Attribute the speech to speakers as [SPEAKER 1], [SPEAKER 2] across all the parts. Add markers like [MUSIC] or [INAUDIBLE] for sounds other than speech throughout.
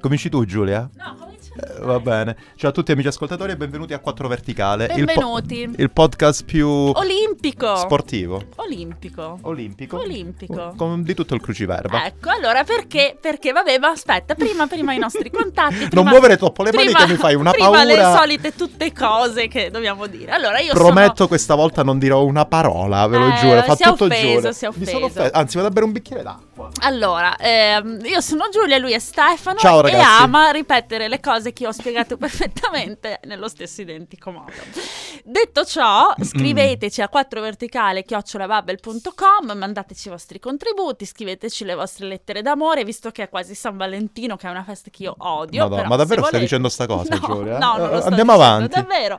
[SPEAKER 1] Cominci tu Giulia?
[SPEAKER 2] No, comincia.
[SPEAKER 1] Eh, Va bene. Ciao a tutti amici ascoltatori e benvenuti a 4 Verticale. il po-
[SPEAKER 2] Benvenuti.
[SPEAKER 1] Il, podcast più
[SPEAKER 2] Olimpico.
[SPEAKER 1] sportivo,
[SPEAKER 2] Olimpico.
[SPEAKER 1] Oh, olimpico.
[SPEAKER 2] Olimpico.
[SPEAKER 1] Con di tutto il cruciverba.
[SPEAKER 2] Ecco, allora perché? Perché vabbè, ma aspetta, prima, prima i nostri contatti.
[SPEAKER 1] non
[SPEAKER 2] prima-
[SPEAKER 1] muovere troppo le mani
[SPEAKER 2] prima-
[SPEAKER 1] che mi fai una
[SPEAKER 2] prima
[SPEAKER 1] paura.
[SPEAKER 2] le solite tutte cose che dobbiamo dire. Allora io
[SPEAKER 1] Prometto questa volta non dirò una parola, ve lo
[SPEAKER 2] Eh,
[SPEAKER 1] giuro. Fa
[SPEAKER 2] si è
[SPEAKER 1] tutto
[SPEAKER 2] offeso,
[SPEAKER 1] Giulia.
[SPEAKER 2] si è
[SPEAKER 1] Mi sono
[SPEAKER 2] offeso.
[SPEAKER 1] offe- Anzi, vado a bere un bicchiere d'acqua.
[SPEAKER 2] sono... Allora, ehm, io sono Giulia, lui è Stefano
[SPEAKER 1] Ciao,
[SPEAKER 2] e
[SPEAKER 1] ragazzi.
[SPEAKER 2] ama ripetere le cose che ho spiegato [LAUGHS] perfettamente nello stesso identico modo. Detto ciò, scriveteci a 4verticale.com, mandateci i vostri contributi, scriveteci le vostre lettere d'amore, visto che è quasi San Valentino, che è una festa che io odio.
[SPEAKER 1] Madonna,
[SPEAKER 2] però
[SPEAKER 1] ma davvero
[SPEAKER 2] se
[SPEAKER 1] stai
[SPEAKER 2] volete-
[SPEAKER 1] dicendo sta cosa,
[SPEAKER 2] [LAUGHS] no,
[SPEAKER 1] Giulia?
[SPEAKER 2] No, non lo
[SPEAKER 1] Eh,
[SPEAKER 2] sto
[SPEAKER 1] Andiamo
[SPEAKER 2] dicendo,
[SPEAKER 1] avanti.
[SPEAKER 2] Davvero.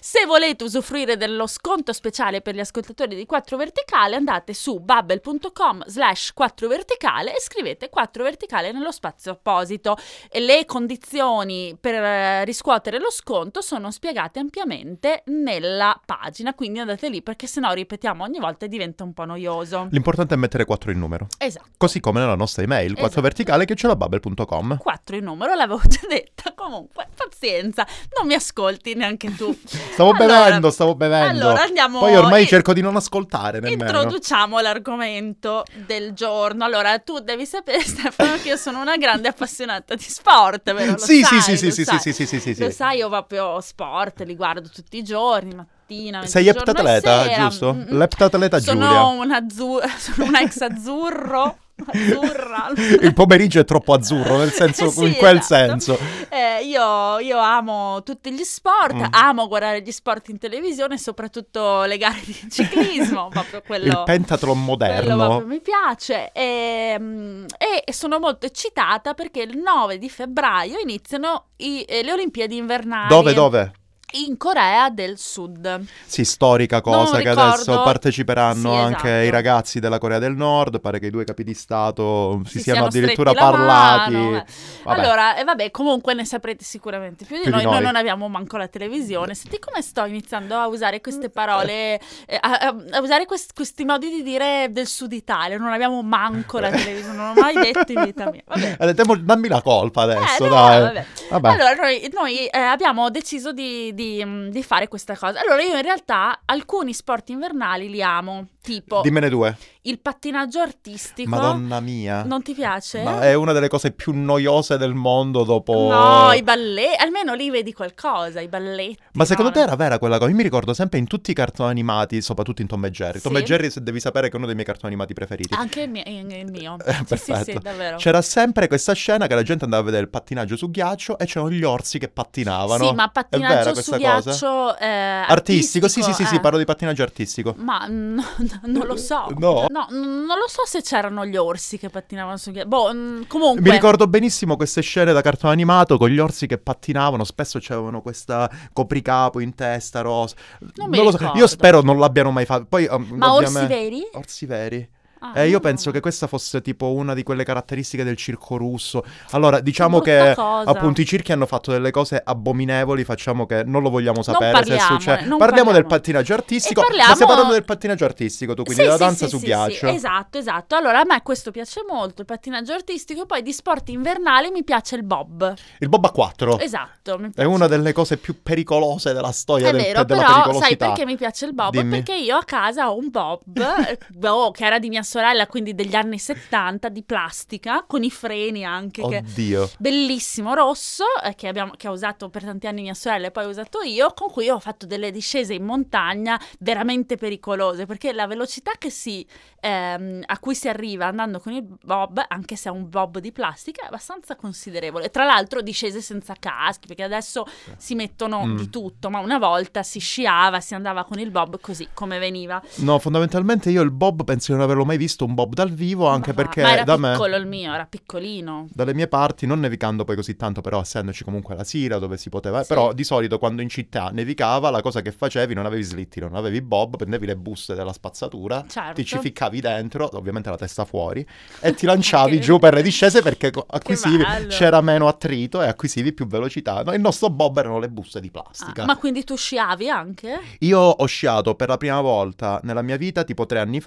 [SPEAKER 2] Se volete usufruire dello sconto speciale per gli ascoltatori di 4 Verticale, andate su bubble.com slash 4 Verticale e scrivete 4 Verticale nello spazio apposito. E le condizioni per eh, riscuotere lo sconto sono spiegate ampiamente nella pagina, quindi andate lì perché sennò ripetiamo ogni volta e diventa un po' noioso.
[SPEAKER 1] L'importante è mettere 4 in numero.
[SPEAKER 2] Esatto.
[SPEAKER 1] Così come nella nostra email,
[SPEAKER 2] Esatto.
[SPEAKER 1] 4verticale che ce la bubble.com.
[SPEAKER 2] 4 in numero, l'avevo già [LAUGHS] detta. Comunque, pazienza, non mi ascolti neanche tu.
[SPEAKER 1] Stavo
[SPEAKER 2] Allora-
[SPEAKER 1] bevendo, stavo bevendo.
[SPEAKER 2] Allora andiamo
[SPEAKER 1] Poi ormai
[SPEAKER 2] in-
[SPEAKER 1] cerco di non ascoltare nemmeno.
[SPEAKER 2] Introduciamo l'argomento del giorno. Allora, tu devi sapere, [LAUGHS] Stefano, che io sono una grande appassionata di sport, vero? Lo
[SPEAKER 1] Sì, sì, sì,
[SPEAKER 2] sai,
[SPEAKER 1] sì,
[SPEAKER 2] lo
[SPEAKER 1] sì,
[SPEAKER 2] sai.
[SPEAKER 1] sì, sì, sì, sì, sì.
[SPEAKER 2] Lo sai, io proprio sport, li guardo tutti i giorni, mattina,
[SPEAKER 1] Sei
[SPEAKER 2] mezzogiorno e
[SPEAKER 1] eptatleta,
[SPEAKER 2] sera.
[SPEAKER 1] giusto?
[SPEAKER 2] Mm, mm.
[SPEAKER 1] L'eptatleta Giulia.
[SPEAKER 2] Sono un azzu- [LAUGHS] sono un ex azzurro, azzurra.
[SPEAKER 1] [LAUGHS] Il pomeriggio è troppo azzurro, nel senso,
[SPEAKER 2] Sì,
[SPEAKER 1] in quel
[SPEAKER 2] esatto.
[SPEAKER 1] senso.
[SPEAKER 2] Eh, io, io amo tutti gli sport,
[SPEAKER 1] Mm.
[SPEAKER 2] amo guardare gli sport in televisione, soprattutto le gare di
[SPEAKER 1] [LAUGHS]
[SPEAKER 2] ciclismo, proprio
[SPEAKER 1] Il
[SPEAKER 2] quello...
[SPEAKER 1] pentathlon
[SPEAKER 2] Quello proprio
[SPEAKER 1] moderno.
[SPEAKER 2] mi piace e, mm, e sono molto eccitata perché il 9 di febbraio iniziano i- eh, le Olimpiadi invernali
[SPEAKER 1] Dove, dove?
[SPEAKER 2] in Corea del Sud.
[SPEAKER 1] Sì, storica
[SPEAKER 2] Non
[SPEAKER 1] cosa che
[SPEAKER 2] ricordo.
[SPEAKER 1] adesso parteciperanno
[SPEAKER 2] Sì,
[SPEAKER 1] anche
[SPEAKER 2] esatto.
[SPEAKER 1] i ragazzi della Corea del Nord. Pare che i due capi di Stato si,
[SPEAKER 2] Si
[SPEAKER 1] siano
[SPEAKER 2] siano
[SPEAKER 1] addirittura
[SPEAKER 2] stretti la
[SPEAKER 1] parlati.
[SPEAKER 2] mano, eh.
[SPEAKER 1] Vabbè.
[SPEAKER 2] Allora, e vabbè, comunque ne saprete sicuramente più di,
[SPEAKER 1] Più di
[SPEAKER 2] noi. Noi
[SPEAKER 1] noi.
[SPEAKER 2] non abbiamo manco la televisione. Senti come sto iniziando a usare queste parole, eh, a, a- a usare quest- questi modi di dire del Sud Italia. Non abbiamo manco la televisione, non l'ho mai detto in vita mia. Vabbè.
[SPEAKER 1] Eh, temo- dammi la colpa [LAUGHS] adesso,
[SPEAKER 2] Eh, no,
[SPEAKER 1] dai.
[SPEAKER 2] vabbè.
[SPEAKER 1] Vabbè.
[SPEAKER 2] Allora, noi, noi, eh, abbiamo deciso di, di, mh, di fare questa cosa. Allora, io in realtà alcuni sport invernali li amo, tipo
[SPEAKER 1] Dimmene due.
[SPEAKER 2] il pattinaggio artistico.
[SPEAKER 1] Madonna mia.
[SPEAKER 2] Non ti piace?
[SPEAKER 1] Ma è una delle cose più noiose del mondo dopo...
[SPEAKER 2] No, i balletti, almeno lì vedi qualcosa, i balletti.
[SPEAKER 1] Ma secondo
[SPEAKER 2] no,
[SPEAKER 1] te
[SPEAKER 2] no.
[SPEAKER 1] era vera quella cosa? Io mi ricordo sempre in tutti i cartoni animati, soprattutto in Tom e Jerry. Tom
[SPEAKER 2] Sì. Ah,
[SPEAKER 1] e Jerry, se devi sapere, che è uno dei miei cartoni animati preferiti.
[SPEAKER 2] Anche il mio. il mio.
[SPEAKER 1] Eh,
[SPEAKER 2] sì, sì, sì,
[SPEAKER 1] perfetto. Cioè,
[SPEAKER 2] davvero.
[SPEAKER 1] C'era sempre questa scena che la gente andava a vedere il pattinaggio su ghiaccio e c'erano gli orsi che pattinavano.
[SPEAKER 2] Sì, ma
[SPEAKER 1] È vera
[SPEAKER 2] pattinaggio su
[SPEAKER 1] questa cosa?
[SPEAKER 2] ghiaccio eh,
[SPEAKER 1] Artistico, sì, sì, sì, sì,
[SPEAKER 2] eh.
[SPEAKER 1] parlo di pattinaggio artistico.
[SPEAKER 2] Ma mm, no, [LAUGHS] non lo so.
[SPEAKER 1] No.
[SPEAKER 2] n- non lo so se c'erano gli orsi che pattinavano su ghiaccio. Boh, mm, comunque.
[SPEAKER 1] Mi ricordo benissimo queste scene da cartone animato con gli orsi che pattinavano, spesso c'avevano questa copricapo in testa rosa.
[SPEAKER 2] Non mi
[SPEAKER 1] lo so,
[SPEAKER 2] ricordo.
[SPEAKER 1] io spero non l'abbiano mai fatto. Poi, um,
[SPEAKER 2] Ma orsi
[SPEAKER 1] ovviamente-
[SPEAKER 2] veri?
[SPEAKER 1] Orsi veri.
[SPEAKER 2] Ah,
[SPEAKER 1] Eh, io
[SPEAKER 2] no,
[SPEAKER 1] penso
[SPEAKER 2] no.
[SPEAKER 1] che questa fosse tipo una di quelle caratteristiche del circo russo. Allora, diciamo
[SPEAKER 2] brutta
[SPEAKER 1] che
[SPEAKER 2] cosa.
[SPEAKER 1] appunto i circhi hanno fatto delle cose abominevoli, facciamo che non lo vogliamo sapere se
[SPEAKER 2] parliamone,
[SPEAKER 1] succede.
[SPEAKER 2] non
[SPEAKER 1] parliamo del
[SPEAKER 2] parliamone.
[SPEAKER 1] pattinaggio artistico.
[SPEAKER 2] E parliamo-
[SPEAKER 1] Ma stiamo parlando del pattinaggio artistico, tu, quindi
[SPEAKER 2] Sì,
[SPEAKER 1] della
[SPEAKER 2] sì,
[SPEAKER 1] danza
[SPEAKER 2] sì,
[SPEAKER 1] su
[SPEAKER 2] sì,
[SPEAKER 1] ghiaccio.
[SPEAKER 2] sì, esatto, esatto. Allora, a me questo piace molto, il pattinaggio artistico. Poi di sport invernali mi piace il bob.
[SPEAKER 1] Il Boba 4
[SPEAKER 2] Esatto. mi
[SPEAKER 1] è
[SPEAKER 2] piace.
[SPEAKER 1] una delle cose più pericolose della storia
[SPEAKER 2] È
[SPEAKER 1] del-
[SPEAKER 2] vero,
[SPEAKER 1] della
[SPEAKER 2] però sai
[SPEAKER 1] pericolosità.
[SPEAKER 2] perché mi piace il bob?
[SPEAKER 1] Dimmi.
[SPEAKER 2] Perché io a casa ho un bob,
[SPEAKER 1] [LAUGHS]
[SPEAKER 2] eh, boh, che era di mia sorella, quindi degli anni 70, di plastica, con i freni anche, che-
[SPEAKER 1] Oddio.
[SPEAKER 2] bellissimo rosso, eh, che, abbiamo- che ha usato per tanti anni mia sorella e poi ho usato io, con cui ho fatto delle discese in montagna veramente pericolose, perché la velocità che si, ehm, a cui si arriva andando con il bob, anche se è un bob di plastica, è abbastanza considerevole. Tra l'altro discese senza caschi, perché adesso si mettono
[SPEAKER 1] Mm.
[SPEAKER 2] di tutto, ma una volta si sciava, si andava con il bob così come veniva.
[SPEAKER 1] No, fondamentalmente io il Bob penso di non averlo mai visto un Bob dal vivo, anche
[SPEAKER 2] Ma-
[SPEAKER 1] perché
[SPEAKER 2] ma era
[SPEAKER 1] da me
[SPEAKER 2] piccolo il mio, era piccolino.
[SPEAKER 1] dalle mie parti, non nevicando poi così tanto, però essendoci comunque la Sira dove si poteva,
[SPEAKER 2] Sì.
[SPEAKER 1] però di solito quando in città nevicava la cosa che facevi non avevi slitti, non avevi bob, prendevi le buste della spazzatura,
[SPEAKER 2] Certo.
[SPEAKER 1] ti ci ficcavi dentro, ovviamente la testa fuori, e ti lanciavi
[SPEAKER 2] [LAUGHS] Che-
[SPEAKER 1] giù per le discese perché
[SPEAKER 2] [LAUGHS]
[SPEAKER 1] co- acquisivi,
[SPEAKER 2] bello.
[SPEAKER 1] c'era meno attrito e acquisivi più velocità. No, il nostro bob erano le buste di plastica.
[SPEAKER 2] Ah, ma quindi tu sciavi anche?
[SPEAKER 1] Io ho sciato per la prima volta nella mia vita tipo tre anni fa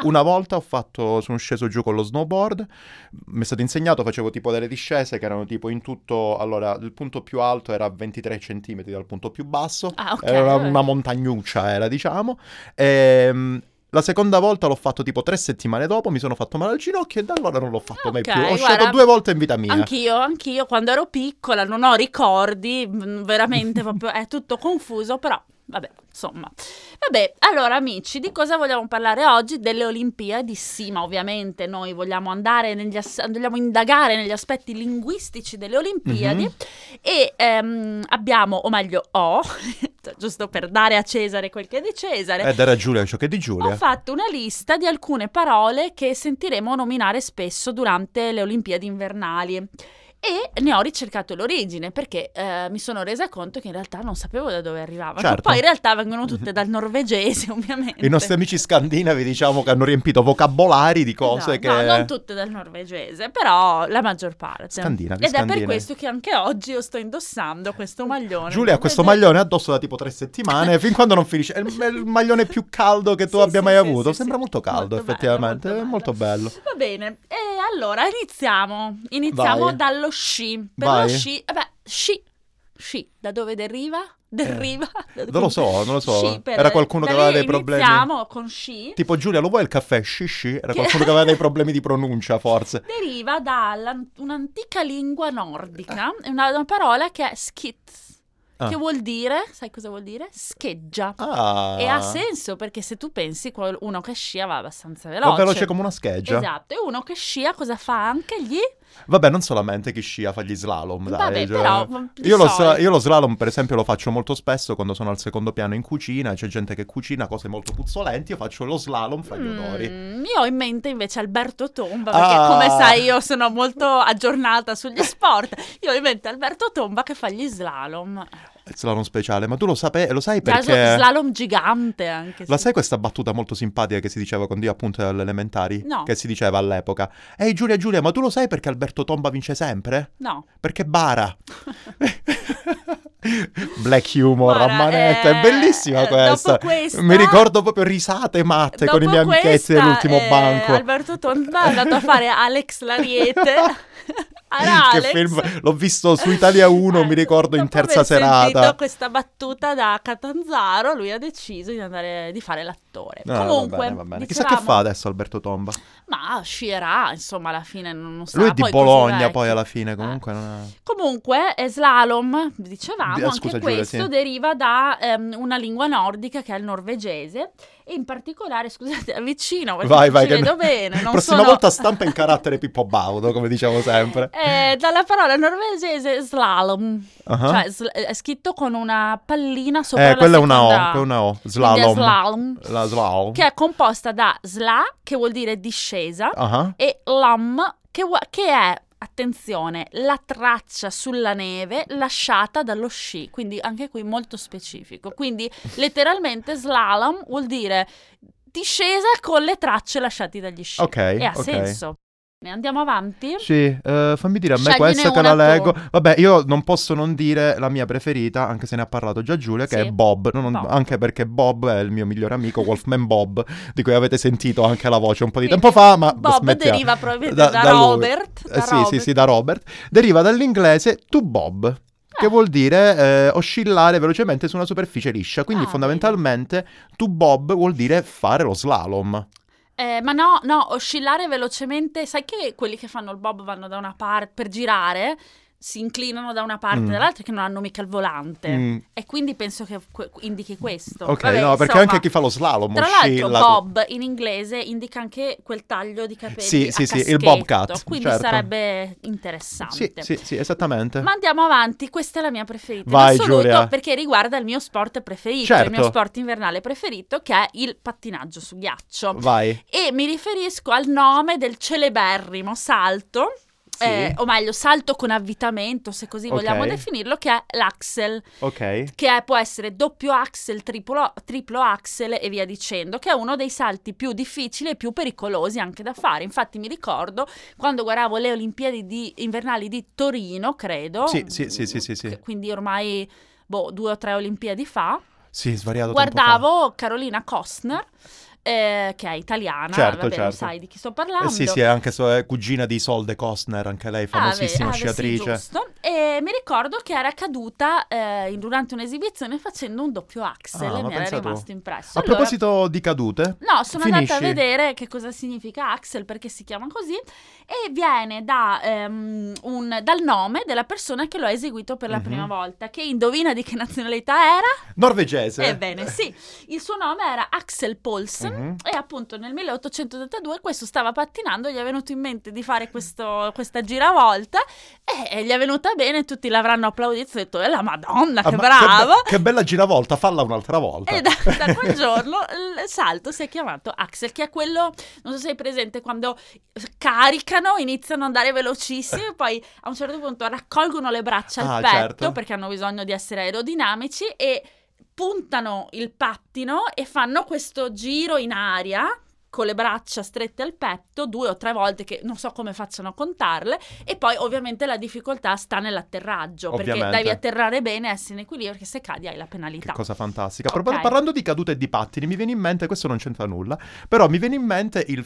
[SPEAKER 2] Ah.
[SPEAKER 1] Una volta ho fatto, sono sceso giù con lo snowboard, mi è stato insegnato, facevo tipo delle discese che erano tipo in tutto, allora il punto più alto era 23 cm dal punto più basso,
[SPEAKER 2] Ah, ok.
[SPEAKER 1] era una,
[SPEAKER 2] vabbè.
[SPEAKER 1] una montagnuccia era diciamo, Ehm, la seconda volta l'ho fatto tipo tre settimane dopo, mi sono fatto male al ginocchio e da allora non l'ho fatto mai
[SPEAKER 2] Ok,
[SPEAKER 1] più, ho
[SPEAKER 2] guarda,
[SPEAKER 1] sciato due volte in vita mia.
[SPEAKER 2] Anch'io, anch'io, quando ero piccola non ho ricordi, mh, veramente proprio è tutto confuso, però vabbè, insomma. Vabbè, allora amici, di cosa vogliamo parlare oggi? Delle Olimpiadi, sì, ma ovviamente noi vogliamo andare negli ass- vogliamo indagare negli aspetti linguistici delle Olimpiadi
[SPEAKER 1] Mhm.
[SPEAKER 2] e ehm, abbiamo, o meglio ho, [LAUGHS] giusto per dare a Cesare quel che è di Cesare,
[SPEAKER 1] Ed era Eh, Giulia ciò che è di Giulia.
[SPEAKER 2] ho fatto una lista di alcune parole che sentiremo nominare spesso durante le Olimpiadi invernali e ne ho ricercato l'origine perché eh, mi sono resa conto che in realtà non sapevo da dove arrivavano.
[SPEAKER 1] Certo.
[SPEAKER 2] Poi in realtà vengono
[SPEAKER 1] [LAUGHS]
[SPEAKER 2] tutte dal norvegese, ovviamente.
[SPEAKER 1] I nostri amici scandinavi diciamo che hanno riempito vocabolari di cose
[SPEAKER 2] Esatto.
[SPEAKER 1] che...
[SPEAKER 2] No, non tutte dal norvegese, però la maggior parte.
[SPEAKER 1] Scandinavi,
[SPEAKER 2] Ed è per
[SPEAKER 1] scandinavi.
[SPEAKER 2] questo che anche oggi io sto indossando questo maglione.
[SPEAKER 1] Giulia ha questo
[SPEAKER 2] norvegese.
[SPEAKER 1] maglione addosso da tipo tre
[SPEAKER 2] [LAUGHS]
[SPEAKER 1] settimane, fin quando non finisce. È il, è il maglione più caldo che tu
[SPEAKER 2] Sì,
[SPEAKER 1] abbia
[SPEAKER 2] sì,
[SPEAKER 1] mai
[SPEAKER 2] sì,
[SPEAKER 1] avuto.
[SPEAKER 2] sì,
[SPEAKER 1] Sembra
[SPEAKER 2] sì.
[SPEAKER 1] molto caldo,
[SPEAKER 2] Molto bello,
[SPEAKER 1] effettivamente.
[SPEAKER 2] molto
[SPEAKER 1] È molto bello.
[SPEAKER 2] Va bene, e allora iniziamo. Iniziamo
[SPEAKER 1] Vai.
[SPEAKER 2] dallo sci. Per lo
[SPEAKER 1] Vai. Eh.
[SPEAKER 2] sci, vabbè, sci, sci, da dove deriva? Deriva? Da dove-
[SPEAKER 1] Non lo so, non lo so.
[SPEAKER 2] Sci per-
[SPEAKER 1] Era qualcuno
[SPEAKER 2] da
[SPEAKER 1] che aveva
[SPEAKER 2] lì
[SPEAKER 1] dei problemi.
[SPEAKER 2] Iniziamo con sci.
[SPEAKER 1] Tipo Giulia, lo vuoi il caffè? Shishi? Era
[SPEAKER 2] Che-
[SPEAKER 1] qualcuno che aveva
[SPEAKER 2] [LAUGHS]
[SPEAKER 1] dei problemi di pronuncia, forse.
[SPEAKER 2] Deriva da un'antica lingua nordica, è una, una parola che è skit,
[SPEAKER 1] Eh. Ah.
[SPEAKER 2] che vuol dire, sai cosa vuol dire? Scheggia.
[SPEAKER 1] Ah.
[SPEAKER 2] E ha senso perché se tu pensi, qual- uno che scia va abbastanza veloce.
[SPEAKER 1] Va veloce come una scheggia.
[SPEAKER 2] Esatto, e uno che scia cosa fa anche gli...
[SPEAKER 1] Vabbè, non solamente chi scia fa gli slalom, dai.
[SPEAKER 2] Vabbè,
[SPEAKER 1] cioè-
[SPEAKER 2] però... di
[SPEAKER 1] Io lo,
[SPEAKER 2] solito-
[SPEAKER 1] sla- io lo slalom, per esempio, lo faccio molto spesso quando sono al secondo piano in cucina, c'è gente che cucina cose molto puzzolenti, io faccio lo slalom fra gli odori.
[SPEAKER 2] Mm, io ho in mente invece Alberto Tomba, perché
[SPEAKER 1] Ah.
[SPEAKER 2] come sai io sono molto aggiornata sugli sport. Io ho in mente Alberto Tomba che fa gli slalom.
[SPEAKER 1] Il slalom speciale, ma tu lo, sape- lo sai
[SPEAKER 2] Già,
[SPEAKER 1] perché...
[SPEAKER 2] Slalom gigante anche.
[SPEAKER 1] La
[SPEAKER 2] sì.
[SPEAKER 1] sai questa battuta molto simpatica che si diceva con Dio appunto alle elementari?
[SPEAKER 2] No.
[SPEAKER 1] Che si diceva all'epoca. Ehi Giulia, Giulia, ma tu lo sai perché Alberto Tomba vince sempre?
[SPEAKER 2] No.
[SPEAKER 1] Perché
[SPEAKER 2] [LAUGHS]
[SPEAKER 1] bara. Black humor
[SPEAKER 2] Guarda,
[SPEAKER 1] a manetta,
[SPEAKER 2] eh,
[SPEAKER 1] è bellissima
[SPEAKER 2] eh,
[SPEAKER 1] questa.
[SPEAKER 2] dopo questa-
[SPEAKER 1] Mi ricordo proprio risate matte Cioè, con i
[SPEAKER 2] Dopo
[SPEAKER 1] miei amichetti
[SPEAKER 2] questa,
[SPEAKER 1] dell'ultimo
[SPEAKER 2] eh,
[SPEAKER 1] banco.
[SPEAKER 2] Alberto Tomba è andato a fare Alex Lariete. [LAUGHS] Era
[SPEAKER 1] Che
[SPEAKER 2] Alex.
[SPEAKER 1] film- l'ho visto su Italia 1, mi ricordo, in
[SPEAKER 2] dopo
[SPEAKER 1] terza
[SPEAKER 2] aver sentito
[SPEAKER 1] serata.
[SPEAKER 2] questa battuta da Catanzaro, lui ha deciso di andare di fare l'attore.
[SPEAKER 1] [LAUGHS] No, no, Ah, va
[SPEAKER 2] Comunque,
[SPEAKER 1] bene, va bene. chissà che
[SPEAKER 2] dicevamo-
[SPEAKER 1] fa adesso Alberto Tomba.
[SPEAKER 2] Ma sceglierà, insomma, alla fine non non sa.
[SPEAKER 1] Lui è di
[SPEAKER 2] poi così eh,
[SPEAKER 1] Bologna,
[SPEAKER 2] vecchio.
[SPEAKER 1] poi alla fine, comunque non è.
[SPEAKER 2] Comunque, eh, slalom, dicevamo,
[SPEAKER 1] Di- ah,
[SPEAKER 2] anche
[SPEAKER 1] scusa, Giulia,
[SPEAKER 2] questo
[SPEAKER 1] sì.
[SPEAKER 2] deriva da ehm, una lingua nordica che è il norvegese. E in particolare, scusate, avvicino perché
[SPEAKER 1] Vai,
[SPEAKER 2] non
[SPEAKER 1] vai.
[SPEAKER 2] ci vedo
[SPEAKER 1] no-
[SPEAKER 2] bene. Non
[SPEAKER 1] Prossima
[SPEAKER 2] sono-
[SPEAKER 1] volta stampa
[SPEAKER 2] [LAUGHS]
[SPEAKER 1] in carattere Pippo Baudo, come diciamo sempre.
[SPEAKER 2] Eh, dalla parola norvegese slalom,
[SPEAKER 1] Ah.
[SPEAKER 2] cioè sl- è scritto con una pallina
[SPEAKER 1] eh,
[SPEAKER 2] sopra la
[SPEAKER 1] quella è una O,
[SPEAKER 2] seconda
[SPEAKER 1] quella è una O.
[SPEAKER 2] A, quindi è
[SPEAKER 1] Slalom.
[SPEAKER 2] slalom,
[SPEAKER 1] La slalom.
[SPEAKER 2] che è composta da sla, che vuol dire discesa,
[SPEAKER 1] Ah.
[SPEAKER 2] e lam, che, vu- che è, attenzione, la traccia sulla neve lasciata dallo sci, quindi anche qui molto specifico. Quindi letteralmente slalom vuol dire discesa con le tracce lasciate dagli sci.
[SPEAKER 1] Ok,
[SPEAKER 2] e ha
[SPEAKER 1] ok.
[SPEAKER 2] senso. Ne andiamo avanti?
[SPEAKER 1] Sì, eh, fammi dire a me
[SPEAKER 2] Scegliene
[SPEAKER 1] questa che
[SPEAKER 2] una
[SPEAKER 1] la
[SPEAKER 2] tu.
[SPEAKER 1] leggo. Vabbè, io non posso non dire la mia preferita, anche se ne ha parlato già Giulia, che
[SPEAKER 2] Sì.
[SPEAKER 1] è Bob. Non-
[SPEAKER 2] Bob.
[SPEAKER 1] Anche perché Bob è il mio migliore
[SPEAKER 2] [LAUGHS]
[SPEAKER 1] amico, Wolfman Bob, di cui avete sentito anche la voce un po' di
[SPEAKER 2] Quindi
[SPEAKER 1] tempo fa, ma
[SPEAKER 2] Bob
[SPEAKER 1] smettiamo.
[SPEAKER 2] deriva probabilmente da,
[SPEAKER 1] Ah, Da- da lui.
[SPEAKER 2] Robert.
[SPEAKER 1] Eh,
[SPEAKER 2] da
[SPEAKER 1] sì, sì,
[SPEAKER 2] Robert.
[SPEAKER 1] sì, da Robert. Deriva dall'inglese to bob,
[SPEAKER 2] Ah.
[SPEAKER 1] che vuol dire eh, oscillare velocemente su una superficie liscia. Quindi
[SPEAKER 2] Ah,
[SPEAKER 1] fondamentalmente to bob vuol dire fare lo slalom.
[SPEAKER 2] Eh, ma no, no, oscillare velocemente. Sai che quelli che fanno il bob vanno da una parte per girare, si inclinano da una parte e
[SPEAKER 1] Mm.
[SPEAKER 2] dall'altra che non hanno mica il volante.
[SPEAKER 1] Mm,
[SPEAKER 2] E quindi penso che que- indichi questo.
[SPEAKER 1] ok,
[SPEAKER 2] Vabbè,
[SPEAKER 1] no, perché
[SPEAKER 2] insomma,
[SPEAKER 1] anche chi fa lo slalom
[SPEAKER 2] Tra l'altro,
[SPEAKER 1] oscilla.
[SPEAKER 2] bob in inglese indica anche quel taglio di capelli.
[SPEAKER 1] Sì,
[SPEAKER 2] a
[SPEAKER 1] sì, sì, il
[SPEAKER 2] caschetto,
[SPEAKER 1] bobcat,
[SPEAKER 2] Quindi
[SPEAKER 1] certo.
[SPEAKER 2] sarebbe interessante.
[SPEAKER 1] Sì, sì, sì, esattamente.
[SPEAKER 2] Ma andiamo avanti, questa è la mia preferita.
[SPEAKER 1] Vai,
[SPEAKER 2] in assoluto
[SPEAKER 1] Giulia.
[SPEAKER 2] perché riguarda il mio sport preferito, il
[SPEAKER 1] Certo.
[SPEAKER 2] mio sport invernale preferito che è il pattinaggio su ghiaccio.
[SPEAKER 1] Vai.
[SPEAKER 2] E mi riferisco al nome del celeberrimo salto,
[SPEAKER 1] Sì,
[SPEAKER 2] eh, o meglio salto con avvitamento, se così
[SPEAKER 1] Ok.
[SPEAKER 2] vogliamo definirlo, che è l'axel,
[SPEAKER 1] ok.
[SPEAKER 2] che è- può essere doppio axel, triplo, triplo axel e via dicendo, che è uno dei salti più difficili e più pericolosi anche da fare. Infatti mi ricordo quando guardavo le Olimpiadi di- invernali di Torino, credo.
[SPEAKER 1] Sì, sì, sì, sì, sì, sì.
[SPEAKER 2] che- Quindi ormai boh, due o tre Olimpiadi fa
[SPEAKER 1] Sì, svariato tempo fa. Eh,
[SPEAKER 2] guardavo Carolina Costner eh, che è italiana,
[SPEAKER 1] Certo,
[SPEAKER 2] vabbè,
[SPEAKER 1] certo.
[SPEAKER 2] sai di chi sto parlando.
[SPEAKER 1] Eh sì, sì, è anche so- è cugina di Solde Costner, anche lei
[SPEAKER 2] Ah,
[SPEAKER 1] famosissima
[SPEAKER 2] beh, ah, beh, sì,
[SPEAKER 1] sciatrice.
[SPEAKER 2] giusto. E mi ricordo che era caduta eh, in- durante un'esibizione facendo un doppio axel
[SPEAKER 1] Ah,
[SPEAKER 2] e
[SPEAKER 1] ma
[SPEAKER 2] mi era
[SPEAKER 1] pensa tu.
[SPEAKER 2] rimasto impresso.
[SPEAKER 1] A
[SPEAKER 2] Allora- Mm.
[SPEAKER 1] proposito di cadute,
[SPEAKER 2] No, sono andata a
[SPEAKER 1] Finisci?
[SPEAKER 2] vedere che cosa significa Axel, perché si chiama così, e viene da, ehm, un- dal nome della persona che lo ha eseguito per la
[SPEAKER 1] Mhm.
[SPEAKER 2] prima volta, che indovina di che nazionalità era?
[SPEAKER 1] norvegese.
[SPEAKER 2] Ebbene sì, il suo nome era Axel Paulsen
[SPEAKER 1] Mhm.
[SPEAKER 2] e appunto nel 1882 questo stava pattinando, gli è venuto in mente di fare questo- questa giravolta e, e gli è venuta bene, tutti l'avranno applaudito e detto, "Eh, la madonna,
[SPEAKER 1] Ah,
[SPEAKER 2] che
[SPEAKER 1] ma
[SPEAKER 2] bravo!
[SPEAKER 1] be- che bella giravolta, falla un'altra volta.
[SPEAKER 2] E da,
[SPEAKER 1] [LAUGHS]
[SPEAKER 2] da quel giorno il salto si è chiamato Axel, che è quello, non so se hai presente, quando caricano, iniziano ad andare velocissimi,
[SPEAKER 1] [LAUGHS]
[SPEAKER 2] e poi a un certo punto raccolgono le braccia al
[SPEAKER 1] Ah,
[SPEAKER 2] petto
[SPEAKER 1] certo.
[SPEAKER 2] perché hanno bisogno di essere aerodinamici e puntano il pattino e fanno questo giro in aria con le braccia strette al petto due o tre volte che non so come facciano a contarle e poi ovviamente la difficoltà sta nell'atterraggio perché
[SPEAKER 1] Ovviamente.
[SPEAKER 2] devi atterrare bene essere in equilibrio perché se cadi hai la penalità
[SPEAKER 1] Che cosa fantastica. Proprio
[SPEAKER 2] Ok.
[SPEAKER 1] Parlando di cadute e di pattini, mi viene in mente, questo non c'entra nulla, però mi viene in mente il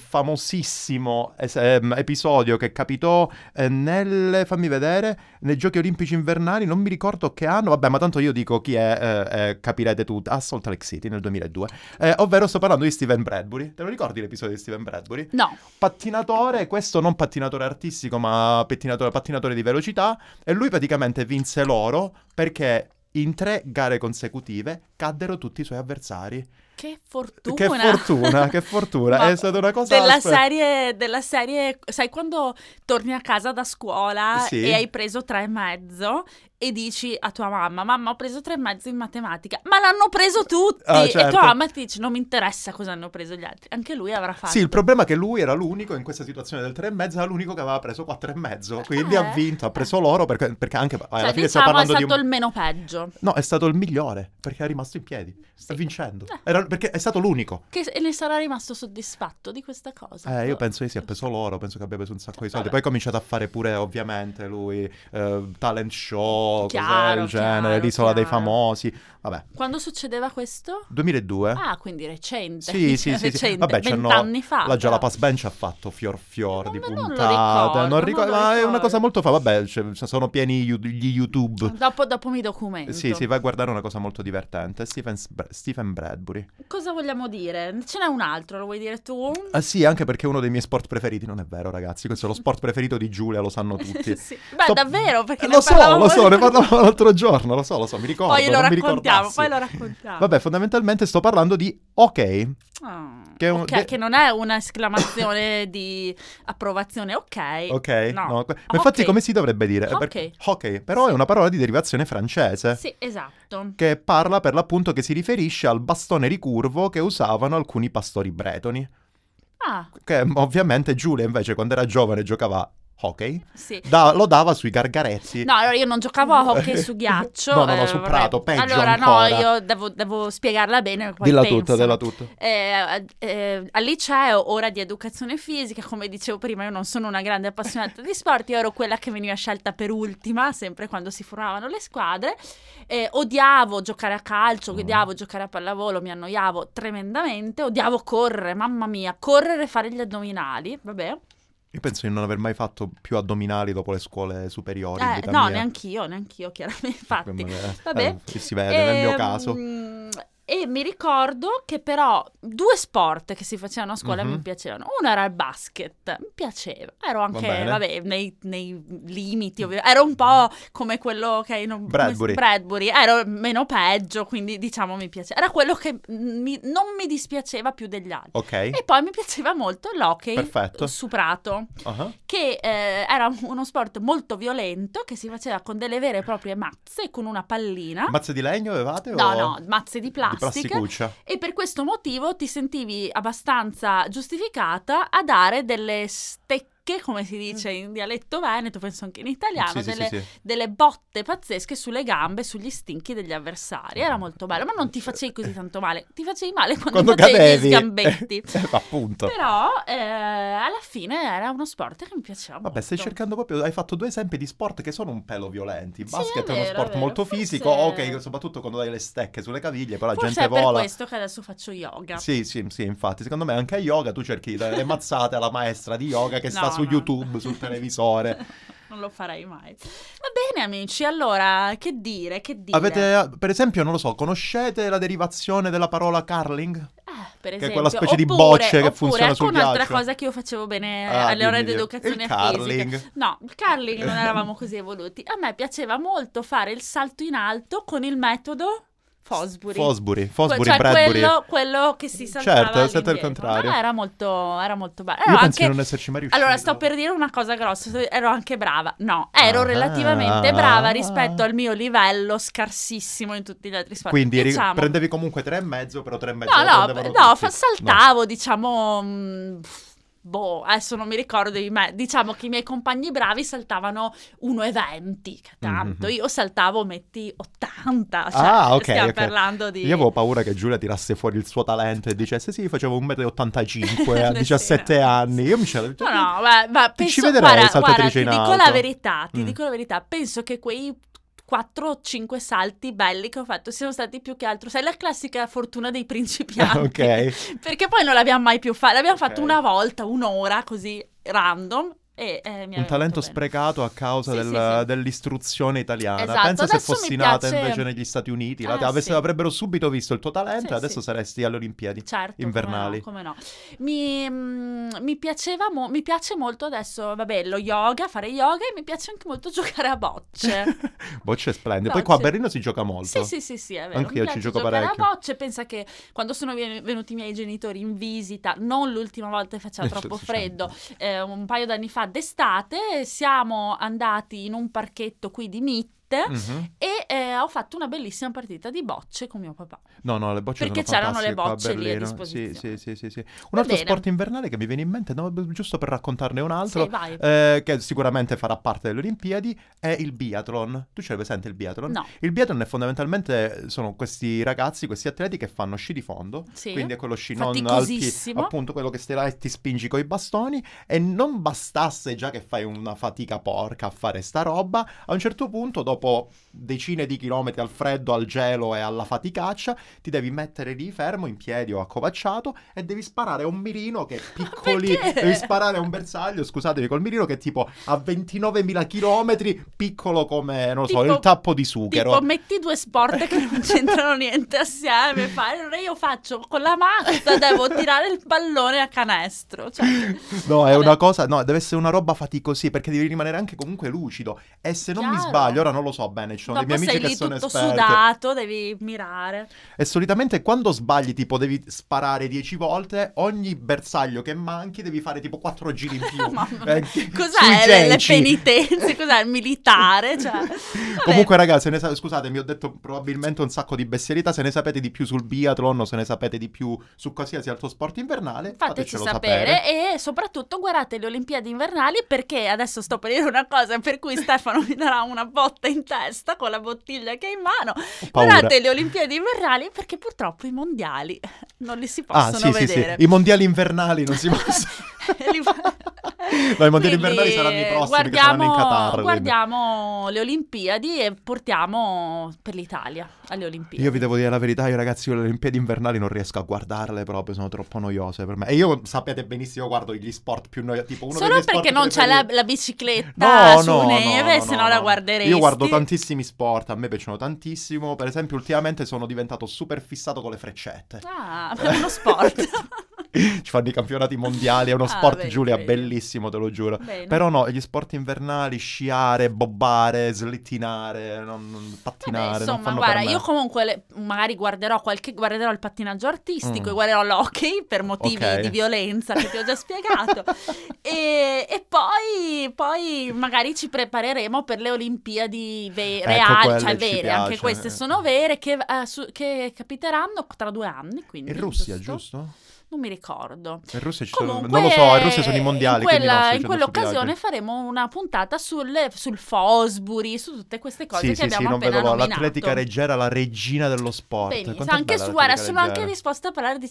[SPEAKER 1] famosissimo es- ehm, episodio che capitò eh, nel, fammi vedere, nei Giochi Olimpici Invernali, non mi ricordo che anno, vabbè ma tanto io dico chi è, eh, eh, capirete tutti, a Salt Lake City nel 2002, Eh, ovvero sto parlando di Steven Bradbury, te lo ricordi l'episodio di Steven Bradbury?
[SPEAKER 2] no
[SPEAKER 1] pattinatore, questo non pattinatore artistico, ma pattinatore, pattinatore di velocità, e lui praticamente vinse l'oro perché in tre gare consecutive caddero tutti i suoi avversari.
[SPEAKER 2] Che fortuna!
[SPEAKER 1] Che fortuna,
[SPEAKER 2] [LAUGHS]
[SPEAKER 1] che fortuna,
[SPEAKER 2] Ma
[SPEAKER 1] è stata una cosa...
[SPEAKER 2] Della
[SPEAKER 1] aspe-
[SPEAKER 2] serie, della serie, sai quando torni a casa da scuola
[SPEAKER 1] Sì.
[SPEAKER 2] e hai preso tre e mezzo e dici a tua mamma, mamma ho preso tre e mezzo in matematica, ma l'hanno preso tutti!
[SPEAKER 1] Ah,
[SPEAKER 2] E
[SPEAKER 1] certo.
[SPEAKER 2] tua mamma ti dice, non mi interessa cosa hanno preso gli altri, anche lui avrà fatto.
[SPEAKER 1] Sì, il problema è che lui era l'unico in questa situazione del 3 e mezzo, era l'unico che aveva preso 4 e mezzo, quindi
[SPEAKER 2] Eh.
[SPEAKER 1] ha vinto, ha preso l'oro perché, perché anche alla
[SPEAKER 2] Cioè,
[SPEAKER 1] fine stiamo
[SPEAKER 2] diciamo è
[SPEAKER 1] parlando di
[SPEAKER 2] stato
[SPEAKER 1] un...
[SPEAKER 2] il meno peggio.
[SPEAKER 1] No, è stato il migliore perché è rimasto in piedi, sta
[SPEAKER 2] Sì.
[SPEAKER 1] vincendo,
[SPEAKER 2] Eh.
[SPEAKER 1] Era- perché è stato l'unico.
[SPEAKER 2] Che e ne sarà rimasto soddisfatto di questa cosa.
[SPEAKER 1] Eh, io penso che si ha preso l'oro, penso che abbia preso un sacco di soldi.
[SPEAKER 2] Vabbè.
[SPEAKER 1] Poi ha cominciato a fare pure, ovviamente, lui eh, talent show, cose
[SPEAKER 2] Chiaro,
[SPEAKER 1] del
[SPEAKER 2] chiaro,
[SPEAKER 1] genere, l'isola dei
[SPEAKER 2] chiaro.
[SPEAKER 1] famosi. Vabbè,
[SPEAKER 2] Quando succedeva questo?
[SPEAKER 1] 2002.
[SPEAKER 2] Ah, quindi recente.
[SPEAKER 1] Sì, sì, sì, sì.
[SPEAKER 2] [LAUGHS] recente,
[SPEAKER 1] Vabbè, c'hanno-
[SPEAKER 2] vent'anni fa.
[SPEAKER 1] La già la
[SPEAKER 2] Ah, però.
[SPEAKER 1] Pass Bench ha fatto fior fior
[SPEAKER 2] Non
[SPEAKER 1] di
[SPEAKER 2] me- non lo
[SPEAKER 1] puntate.
[SPEAKER 2] ricordo,
[SPEAKER 1] ricordo-
[SPEAKER 2] non lo
[SPEAKER 1] ma è una
[SPEAKER 2] ricordo.
[SPEAKER 1] cosa molto fa. Vabbè, c'è- ci sono pieni you- gli YouTube.
[SPEAKER 2] Dopo, dopo mi documento.
[SPEAKER 1] Sì, sì, vai a guardare una cosa molto divertente. Stephen, Sbr- Stephen Bradbury.
[SPEAKER 2] Cosa vogliamo dire? Ce n'è un altro, lo vuoi dire tu?
[SPEAKER 1] Ah, sì, anche perché è uno dei miei sport preferiti. Non è vero, ragazzi. Questo è lo sport preferito di Giulia, lo sanno tutti.
[SPEAKER 2] [LAUGHS] Sì. Beh,
[SPEAKER 1] Sto-
[SPEAKER 2] davvero, perché ne
[SPEAKER 1] lo so,
[SPEAKER 2] parlavamo-
[SPEAKER 1] lo so, ne parlavamo l'altro giorno, lo so, lo so, mi ricordo.
[SPEAKER 2] [LAUGHS] Poi lo
[SPEAKER 1] non mi
[SPEAKER 2] raccontiamo,
[SPEAKER 1] ricordassi.
[SPEAKER 2] poi lo raccontiamo.
[SPEAKER 1] Vabbè, fondamentalmente sto parlando di ok.
[SPEAKER 2] Ah,
[SPEAKER 1] che è un-
[SPEAKER 2] ok,
[SPEAKER 1] de-
[SPEAKER 2] che non è un'esclamazione [COUGHS] di approvazione, ok.
[SPEAKER 1] Ok,
[SPEAKER 2] No.
[SPEAKER 1] no, que- ma infatti
[SPEAKER 2] Ok.
[SPEAKER 1] come si dovrebbe dire?
[SPEAKER 2] Ok.
[SPEAKER 1] Perché- ok, però è
[SPEAKER 2] Sì.
[SPEAKER 1] una parola di derivazione francese
[SPEAKER 2] Sì, esatto.
[SPEAKER 1] che parla per l'appunto che si riferisce al bastone ricurvo che usavano alcuni pastori bretoni,
[SPEAKER 2] Ah,
[SPEAKER 1] che m- ovviamente Giulia invece quando era giovane giocava a hockey,
[SPEAKER 2] sì.
[SPEAKER 1] da- lo dava sui gargarezzi.
[SPEAKER 2] No, allora io non giocavo a hockey su ghiaccio.
[SPEAKER 1] No, no, no, su
[SPEAKER 2] vorrei-
[SPEAKER 1] prato, peggio
[SPEAKER 2] Allora, no,
[SPEAKER 1] ancora.
[SPEAKER 2] io devo, devo spiegarla bene. Poi
[SPEAKER 1] dilla
[SPEAKER 2] pensano.
[SPEAKER 1] tutta, dilla tutta.
[SPEAKER 2] Eh, eh, al liceo, ora di educazione fisica, come dicevo prima, io non sono una grande appassionata di sport, io ero quella che veniva scelta per ultima, sempre quando si formavano le squadre. Eh, odiavo giocare a calcio,
[SPEAKER 1] Mm.
[SPEAKER 2] odiavo giocare a pallavolo, mi annoiavo tremendamente, odiavo correre, mamma mia, correre e fare gli addominali, vabbè.
[SPEAKER 1] Io penso di non aver mai fatto più addominali dopo le scuole superiori. in
[SPEAKER 2] Eh,
[SPEAKER 1] vita
[SPEAKER 2] no,
[SPEAKER 1] mia.
[SPEAKER 2] neanch'io, neanch'io, chiaramente, infatti. Vabbè.
[SPEAKER 1] Vabbè. Eh, si vede nel mio
[SPEAKER 2] Ehm,
[SPEAKER 1] caso.
[SPEAKER 2] E mi ricordo che però due sport che si facevano a scuola
[SPEAKER 1] Mhm.
[SPEAKER 2] mi piacevano. Uno era il basket, mi piaceva. Ero anche,
[SPEAKER 1] bene.
[SPEAKER 2] vabbè, nei, nei limiti, ovvio- Ero un po' come quello che... non- come-
[SPEAKER 1] Bradbury.
[SPEAKER 2] Bradbury. Ero meno peggio, quindi diciamo mi piaceva. Era quello che mi- non mi dispiaceva più degli altri.
[SPEAKER 1] Ok.
[SPEAKER 2] E poi mi piaceva molto l'hockey
[SPEAKER 1] Perfetto.
[SPEAKER 2] su prato
[SPEAKER 1] Ah,
[SPEAKER 2] che eh, era uno sport molto violento che si faceva con delle vere e proprie mazze, con una pallina.
[SPEAKER 1] Mazze di legno avevate?
[SPEAKER 2] Ah. No,
[SPEAKER 1] o...
[SPEAKER 2] no, mazze di
[SPEAKER 1] Di
[SPEAKER 2] plastica.
[SPEAKER 1] plasticuccia.
[SPEAKER 2] e per questo motivo ti sentivi abbastanza giustificata a dare delle stecche bocche, come si dice in dialetto veneto, penso anche in italiano,
[SPEAKER 1] Mm. Sì, sì,
[SPEAKER 2] delle,
[SPEAKER 1] sì,
[SPEAKER 2] [LAUGHS]
[SPEAKER 1] sì.
[SPEAKER 2] delle botte pazzesche sulle gambe, sugli stinchi degli avversari. Era molto bello, ma non ti facevi così tanto male. Ti facevi male quando,
[SPEAKER 1] Quando
[SPEAKER 2] facevi
[SPEAKER 1] cadevi.
[SPEAKER 2] gli sgambetti.
[SPEAKER 1] [LAUGHS] Eh, appunto.
[SPEAKER 2] Però eh, alla fine era uno sport che mi piaceva
[SPEAKER 1] Vabbè, stai
[SPEAKER 2] molto.
[SPEAKER 1] cercando proprio. Hai fatto due esempi di sport che sono un pelo violenti. Il
[SPEAKER 2] Sì,
[SPEAKER 1] basket
[SPEAKER 2] è
[SPEAKER 1] è uno
[SPEAKER 2] vero,
[SPEAKER 1] sport
[SPEAKER 2] è vero.
[SPEAKER 1] molto
[SPEAKER 2] Forse-
[SPEAKER 1] fisico. Ok, soprattutto quando dai le stecche sulle caviglie, poi la
[SPEAKER 2] Forse
[SPEAKER 1] gente
[SPEAKER 2] è per
[SPEAKER 1] vola.
[SPEAKER 2] questo che adesso faccio yoga.
[SPEAKER 1] Sì, sì, sì, infatti, secondo me anche a yoga tu cerchi di dare le mazzate alla maestra di yoga che sta
[SPEAKER 2] [LAUGHS] No,
[SPEAKER 1] su
[SPEAKER 2] no.
[SPEAKER 1] YouTube, sul televisore.
[SPEAKER 2] [LAUGHS] non lo farei mai. Va bene, amici. Allora, che dire? Che dire?
[SPEAKER 1] Avete, eh, per esempio, non lo so, conoscete la derivazione della parola curling?
[SPEAKER 2] Ah,
[SPEAKER 1] che
[SPEAKER 2] per
[SPEAKER 1] è
[SPEAKER 2] esempio,
[SPEAKER 1] quella specie di
[SPEAKER 2] oppure,
[SPEAKER 1] bocce che
[SPEAKER 2] oppure,
[SPEAKER 1] funziona
[SPEAKER 2] ecco
[SPEAKER 1] sul
[SPEAKER 2] un'altra
[SPEAKER 1] ghiaccio.
[SPEAKER 2] cosa che io facevo bene
[SPEAKER 1] Ah,
[SPEAKER 2] Eh, alle ore
[SPEAKER 1] dimmi,
[SPEAKER 2] di
[SPEAKER 1] dimmi.
[SPEAKER 2] educazione
[SPEAKER 1] Il
[SPEAKER 2] fisica.
[SPEAKER 1] curling.
[SPEAKER 2] No, il curling non eravamo così evoluti. A me piaceva molto fare il salto in alto con il metodo Fosbury.
[SPEAKER 1] Fosbury,
[SPEAKER 2] Que-
[SPEAKER 1] Fosbury,
[SPEAKER 2] cioè
[SPEAKER 1] Bradbury.
[SPEAKER 2] quello, quello che si saltava
[SPEAKER 1] Certo, il salto al
[SPEAKER 2] all'indietro.
[SPEAKER 1] contrario.
[SPEAKER 2] No, era molto, era molto bello.
[SPEAKER 1] Io
[SPEAKER 2] Ero
[SPEAKER 1] penso di
[SPEAKER 2] anche-
[SPEAKER 1] non esserci mai riuscito.
[SPEAKER 2] Allora, sto per dire una cosa grossa, ero anche brava. No, ero
[SPEAKER 1] Ah.
[SPEAKER 2] relativamente brava rispetto al mio livello scarsissimo in tutti gli altri sport.
[SPEAKER 1] Quindi eri-
[SPEAKER 2] diciamo,
[SPEAKER 1] prendevi comunque tre e mezzo, però tre e mezzo
[SPEAKER 2] No,
[SPEAKER 1] lo
[SPEAKER 2] no,
[SPEAKER 1] prendevano
[SPEAKER 2] no,
[SPEAKER 1] tutti.
[SPEAKER 2] fa- saltavo, diciamo. mh, Boh, adesso non mi ricordo di me. Diciamo che i miei compagni bravi saltavano 1,20, che tanto.
[SPEAKER 1] Mhm.
[SPEAKER 2] Io saltavo, metti 80. Cioè,
[SPEAKER 1] Ah, ok,
[SPEAKER 2] Stiamo
[SPEAKER 1] ok.
[SPEAKER 2] parlando di.
[SPEAKER 1] Io avevo paura che Giulia tirasse fuori il suo talento e dicesse sì, facevo 1,85 m a
[SPEAKER 2] [LAUGHS] Le
[SPEAKER 1] 17
[SPEAKER 2] sera.
[SPEAKER 1] anni. Io mi c'ero
[SPEAKER 2] No,
[SPEAKER 1] [LAUGHS]
[SPEAKER 2] no, ma, ma
[SPEAKER 1] Ti ci
[SPEAKER 2] penso,
[SPEAKER 1] vedrei,
[SPEAKER 2] guarda, guarda,
[SPEAKER 1] saltatrice
[SPEAKER 2] ti
[SPEAKER 1] in
[SPEAKER 2] dico
[SPEAKER 1] alto.
[SPEAKER 2] la verità, ti
[SPEAKER 1] Mm.
[SPEAKER 2] dico la verità, penso che quei 4-5 salti belli che ho fatto siano stati più che altro, sai, la classica fortuna
[SPEAKER 1] [LAUGHS]
[SPEAKER 2] dei principianti.
[SPEAKER 1] ok.
[SPEAKER 2] Perché poi non l'abbiamo mai più fatto, l'abbiamo
[SPEAKER 1] Ok.
[SPEAKER 2] fatto una volta, un'ora, così, random, e eh, mi aveva
[SPEAKER 1] Un talento
[SPEAKER 2] fatto bene.
[SPEAKER 1] sprecato a causa
[SPEAKER 2] Sì,
[SPEAKER 1] del-
[SPEAKER 2] sì, sì.
[SPEAKER 1] dell'istruzione italiana.
[SPEAKER 2] Esatto,
[SPEAKER 1] Pensa se
[SPEAKER 2] adesso
[SPEAKER 1] fossi
[SPEAKER 2] mi
[SPEAKER 1] nata
[SPEAKER 2] piace-
[SPEAKER 1] invece negli Stati Uniti, la-
[SPEAKER 2] Ah,
[SPEAKER 1] te- avesse-
[SPEAKER 2] sì.
[SPEAKER 1] avrebbero subito visto il tuo talento
[SPEAKER 2] Sì,
[SPEAKER 1] e adesso
[SPEAKER 2] sì.
[SPEAKER 1] saresti alle Olimpiadi.
[SPEAKER 2] Certo, come
[SPEAKER 1] invernali.
[SPEAKER 2] no, come no. Mi, mm, mi piaceva mo- mi piace molto adesso, vabbè, lo yoga, fare yoga e mi piace anche molto [LAUGHS] giocare a bocce.
[SPEAKER 1] [LAUGHS] Bocce splende. Poi
[SPEAKER 2] Bocce.
[SPEAKER 1] qua a Berlino si gioca molto.
[SPEAKER 2] Sì, sì, sì, sì, è vero.
[SPEAKER 1] Anch'io
[SPEAKER 2] Mi
[SPEAKER 1] ci
[SPEAKER 2] piace
[SPEAKER 1] gioco
[SPEAKER 2] giocare
[SPEAKER 1] parecchio.
[SPEAKER 2] a bocce, pensa che quando sono ven- venuti i miei genitori in visita, non l'ultima volta che
[SPEAKER 1] [LAUGHS]
[SPEAKER 2] faceva
[SPEAKER 1] Eh,
[SPEAKER 2] troppo
[SPEAKER 1] certo, certo.
[SPEAKER 2] freddo, eh, un paio d'anni fa d'estate, siamo andati in un parchetto qui di Mitte
[SPEAKER 1] Mhm.
[SPEAKER 2] e eh, ho fatto una bellissima partita di bocce con mio papà.
[SPEAKER 1] No, no, le bocce
[SPEAKER 2] Perché
[SPEAKER 1] sono
[SPEAKER 2] c'erano le
[SPEAKER 1] fantastiche qua a
[SPEAKER 2] bocce lì a
[SPEAKER 1] Berlino.
[SPEAKER 2] disposizione.
[SPEAKER 1] Sì, sì, sì, sì, sì. Un altro
[SPEAKER 2] bene.
[SPEAKER 1] sport invernale che mi viene in mente, no, giusto per raccontarne un altro,
[SPEAKER 2] Sì, vai.
[SPEAKER 1] eh, che sicuramente farà parte delle Olimpiadi, è il biathlon. Tu ce l'hai presente il biathlon?
[SPEAKER 2] No,
[SPEAKER 1] Il biathlon è fondamentalmente sono questi ragazzi, questi atleti che fanno sci di fondo,
[SPEAKER 2] sì.
[SPEAKER 1] quindi è quello sci non al piede,
[SPEAKER 2] Faticosissimo.
[SPEAKER 1] appunto quello che stai là e ti spingi coi bastoni e non bastasse già che fai una fatica porca a fare sta roba, a un certo punto dopo decine di chilometri al freddo, al gelo e alla faticaccia, ti devi mettere lì fermo in piedi o accovacciato e devi sparare un mirino
[SPEAKER 2] [LAUGHS]
[SPEAKER 1] che è piccoli,
[SPEAKER 2] Perché?
[SPEAKER 1] devi sparare un bersaglio, scusatemi, col mirino che è tipo a 29.000 chilometri, piccolo come non lo so,
[SPEAKER 2] Tipo-
[SPEAKER 1] il tappo di sughero.
[SPEAKER 2] Tipo, metti due sport che
[SPEAKER 1] [LAUGHS]
[SPEAKER 2] non c'entrano niente assieme. Fai, allora io faccio con la mazza, devo tirare il pallone a canestro. Cioè,
[SPEAKER 1] No, è
[SPEAKER 2] Vabbè.
[SPEAKER 1] una cosa, no, deve essere una roba faticosì perché devi rimanere anche comunque lucido. E se non mi
[SPEAKER 2] Chiaro.
[SPEAKER 1] sbaglio, ora non lo so bene, ci sono
[SPEAKER 2] dopo
[SPEAKER 1] dei miei
[SPEAKER 2] sei
[SPEAKER 1] amici
[SPEAKER 2] lì
[SPEAKER 1] che sono
[SPEAKER 2] tutto
[SPEAKER 1] esperti.
[SPEAKER 2] sudato, devi mirare.
[SPEAKER 1] E solitamente quando sbagli, tipo, devi sparare 10 volte, ogni bersaglio che manchi devi fare tipo 4 giri
[SPEAKER 2] [LAUGHS]
[SPEAKER 1] in più.
[SPEAKER 2] Mamma mia.
[SPEAKER 1] Eh, sui
[SPEAKER 2] Cos'è le, le
[SPEAKER 1] genci. [LAUGHS]
[SPEAKER 2] penitenze? Cos'è il militare? Cioè, vabbè.
[SPEAKER 1] Comunque, ragazzi, se ne sa- scusatemi, ho detto probabilmente un sacco di bestialità. Se ne sapete di più sul biathlon o se ne sapete di più su qualsiasi altro sport invernale,
[SPEAKER 2] Fateci
[SPEAKER 1] fatecelo
[SPEAKER 2] sapere, e soprattutto guardate le Olimpiadi invernali perché adesso sto per dire una cosa
[SPEAKER 1] [LAUGHS]
[SPEAKER 2] per cui Stefano mi darà una botta in testa con la bottiglia che ha in mano.
[SPEAKER 1] Ho paura.
[SPEAKER 2] Guardate le Olimpiadi invernali perché purtroppo i mondiali non li si possono
[SPEAKER 1] ah, sì, sì,
[SPEAKER 2] vedere.
[SPEAKER 1] sì. I mondiali invernali non si possono.
[SPEAKER 2] [LAUGHS] Li fa-
[SPEAKER 1] [LAUGHS] No, i mondiali
[SPEAKER 2] Quindi,
[SPEAKER 1] invernali saranno i prossimi che saranno in
[SPEAKER 2] guardiamo-
[SPEAKER 1] Qatar. quindi.
[SPEAKER 2] Guardiamo le Olimpiadi e portiamo per l'Italia alle Olimpiadi.
[SPEAKER 1] Io vi devo dire la verità, io ragazzi, io le Olimpiadi invernali non riesco a guardarle proprio, sono troppo noiose per me. E io sapete benissimo, guardo gli sport più noiosi, tipo uno dei
[SPEAKER 2] Solo
[SPEAKER 1] miei sport
[SPEAKER 2] perché non c'è la,
[SPEAKER 1] preferiti-
[SPEAKER 2] la bicicletta su neve, se no la
[SPEAKER 1] no.
[SPEAKER 2] guarderesti.
[SPEAKER 1] Io guardo tantissimi sport, a me piacciono tantissimo. Per esempio, ultimamente sono diventato super fissato con le freccette.
[SPEAKER 2] Ah, è uno sport.
[SPEAKER 1] [LAUGHS] Ci fanno i campionati mondiali, è uno
[SPEAKER 2] Ah,
[SPEAKER 1] sport,
[SPEAKER 2] vedi,
[SPEAKER 1] Giulia,
[SPEAKER 2] vedi.
[SPEAKER 1] bellissimo, te lo giuro.
[SPEAKER 2] Bene.
[SPEAKER 1] Però no, gli sport invernali, sciare, bobbare, slittinare, non- non-
[SPEAKER 2] Vabbè,
[SPEAKER 1] pattinare, non
[SPEAKER 2] insomma,
[SPEAKER 1] fanno
[SPEAKER 2] guarda,
[SPEAKER 1] per me.
[SPEAKER 2] io comunque le- magari guarderò, qualche, guarderò il pattinaggio artistico
[SPEAKER 1] Mm.
[SPEAKER 2] e guarderò l'hockey per motivi
[SPEAKER 1] Ok.
[SPEAKER 2] di violenza che ti ho
[SPEAKER 1] [LAUGHS]
[SPEAKER 2] già spiegato. e, e poi, poi magari ci prepareremo per le Olimpiadi ve-
[SPEAKER 1] Ecco,
[SPEAKER 2] reali,
[SPEAKER 1] quelle
[SPEAKER 2] cioè
[SPEAKER 1] ci
[SPEAKER 2] vere,
[SPEAKER 1] piace,
[SPEAKER 2] anche queste
[SPEAKER 1] eh.
[SPEAKER 2] sono vere, che, eh, su- che capiteranno tra due anni. Quindi,
[SPEAKER 1] In Russia, giusto?
[SPEAKER 2] Non mi ricordo.
[SPEAKER 1] In Russia ci
[SPEAKER 2] Comunque,
[SPEAKER 1] sono, Cioè, non lo so, in Russia sono i mondiali.
[SPEAKER 2] In, quella-
[SPEAKER 1] quindi non sto
[SPEAKER 2] in
[SPEAKER 1] dicendo sto
[SPEAKER 2] quell'occasione faremo una puntata sul, sul Fosbury, su tutte queste
[SPEAKER 1] viaggio.
[SPEAKER 2] cose
[SPEAKER 1] Sì, sì,
[SPEAKER 2] che
[SPEAKER 1] sì,
[SPEAKER 2] abbiamo
[SPEAKER 1] non
[SPEAKER 2] appena
[SPEAKER 1] vedo l'ora.
[SPEAKER 2] nominato.
[SPEAKER 1] L'atletica leggera, la regina dello sport.
[SPEAKER 2] Benissimo,
[SPEAKER 1] Quant'è
[SPEAKER 2] anche
[SPEAKER 1] bella
[SPEAKER 2] su, guarda,
[SPEAKER 1] l'atletica
[SPEAKER 2] sono anche
[SPEAKER 1] leggera.
[SPEAKER 2] disposta a parlare di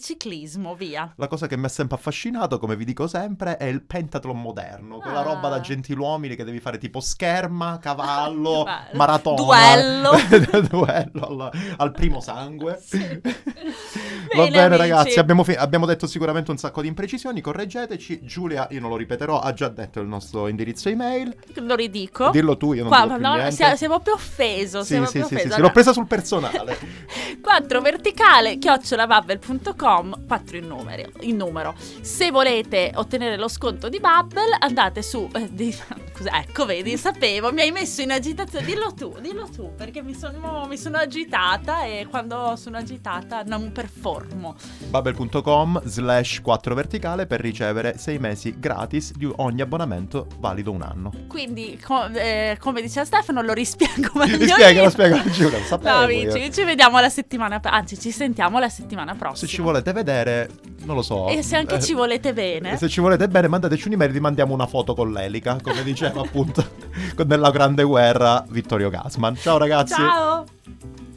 [SPEAKER 1] [LAUGHS]
[SPEAKER 2] ciclismo, via.
[SPEAKER 1] La cosa che mi ha sempre affascinato, come vi dico sempre, è il pentathlon moderno, quella
[SPEAKER 2] Ah.
[SPEAKER 1] roba da gentiluomini che devi fare tipo scherma,
[SPEAKER 2] [LAUGHS]
[SPEAKER 1] cavallo,
[SPEAKER 2] Ma-
[SPEAKER 1] maratona.
[SPEAKER 2] duello.
[SPEAKER 1] [LAUGHS] Duello al, al primo sangue.
[SPEAKER 2] [LAUGHS] Sì.
[SPEAKER 1] Va
[SPEAKER 2] Bene,
[SPEAKER 1] bene
[SPEAKER 2] amici.
[SPEAKER 1] ragazzi, abbiamo, fi- abbiamo detto sicuramente un sacco di imprecisioni, correggeteci. Giulia, io non lo ripeterò, ha già detto il nostro indirizzo email.
[SPEAKER 2] Lo ridico.
[SPEAKER 1] Dillo tu, io non
[SPEAKER 2] Boh. Qua,
[SPEAKER 1] dico più
[SPEAKER 2] no,
[SPEAKER 1] niente.
[SPEAKER 2] si è, si è proprio offeso. si
[SPEAKER 1] sì, sì,
[SPEAKER 2] è proprio
[SPEAKER 1] sì, sì,
[SPEAKER 2] offeso.
[SPEAKER 1] sì, l'ho presa sul personale. [LAUGHS]
[SPEAKER 2] 4 verticale chiocciolavabel.com 4 in numero, in numero. Se volete ottenere lo sconto di Bubble andate su eh, di- [LAUGHS] scusa, ecco vedi sapevo mi hai messo in agitazione dillo tu dillo tu perché mi sono, mi sono agitata e quando sono agitata non performo
[SPEAKER 1] Bubble.com slash 4 verticale per ricevere 6 mesi gratis di ogni abbonamento valido un anno.
[SPEAKER 2] quindi co- eh, come diceva Stefano lo rispiego meglio
[SPEAKER 1] Mi spiega,
[SPEAKER 2] io.
[SPEAKER 1] lo spiego, giuro, lo
[SPEAKER 2] no
[SPEAKER 1] sapevo io.
[SPEAKER 2] amici ci vediamo la settimana pro- anzi ci sentiamo la settimana
[SPEAKER 1] Se
[SPEAKER 2] prossima
[SPEAKER 1] ci volete vedere, non lo so.
[SPEAKER 2] e se anche
[SPEAKER 1] eh,
[SPEAKER 2] ci volete bene
[SPEAKER 1] e Se ci volete bene, mandateci un'email e vi mandiamo una foto con l'elica, come [LAUGHS] diceva appunto con- nella grande guerra Vittorio Gassman. Ciao ragazzi.
[SPEAKER 2] ciao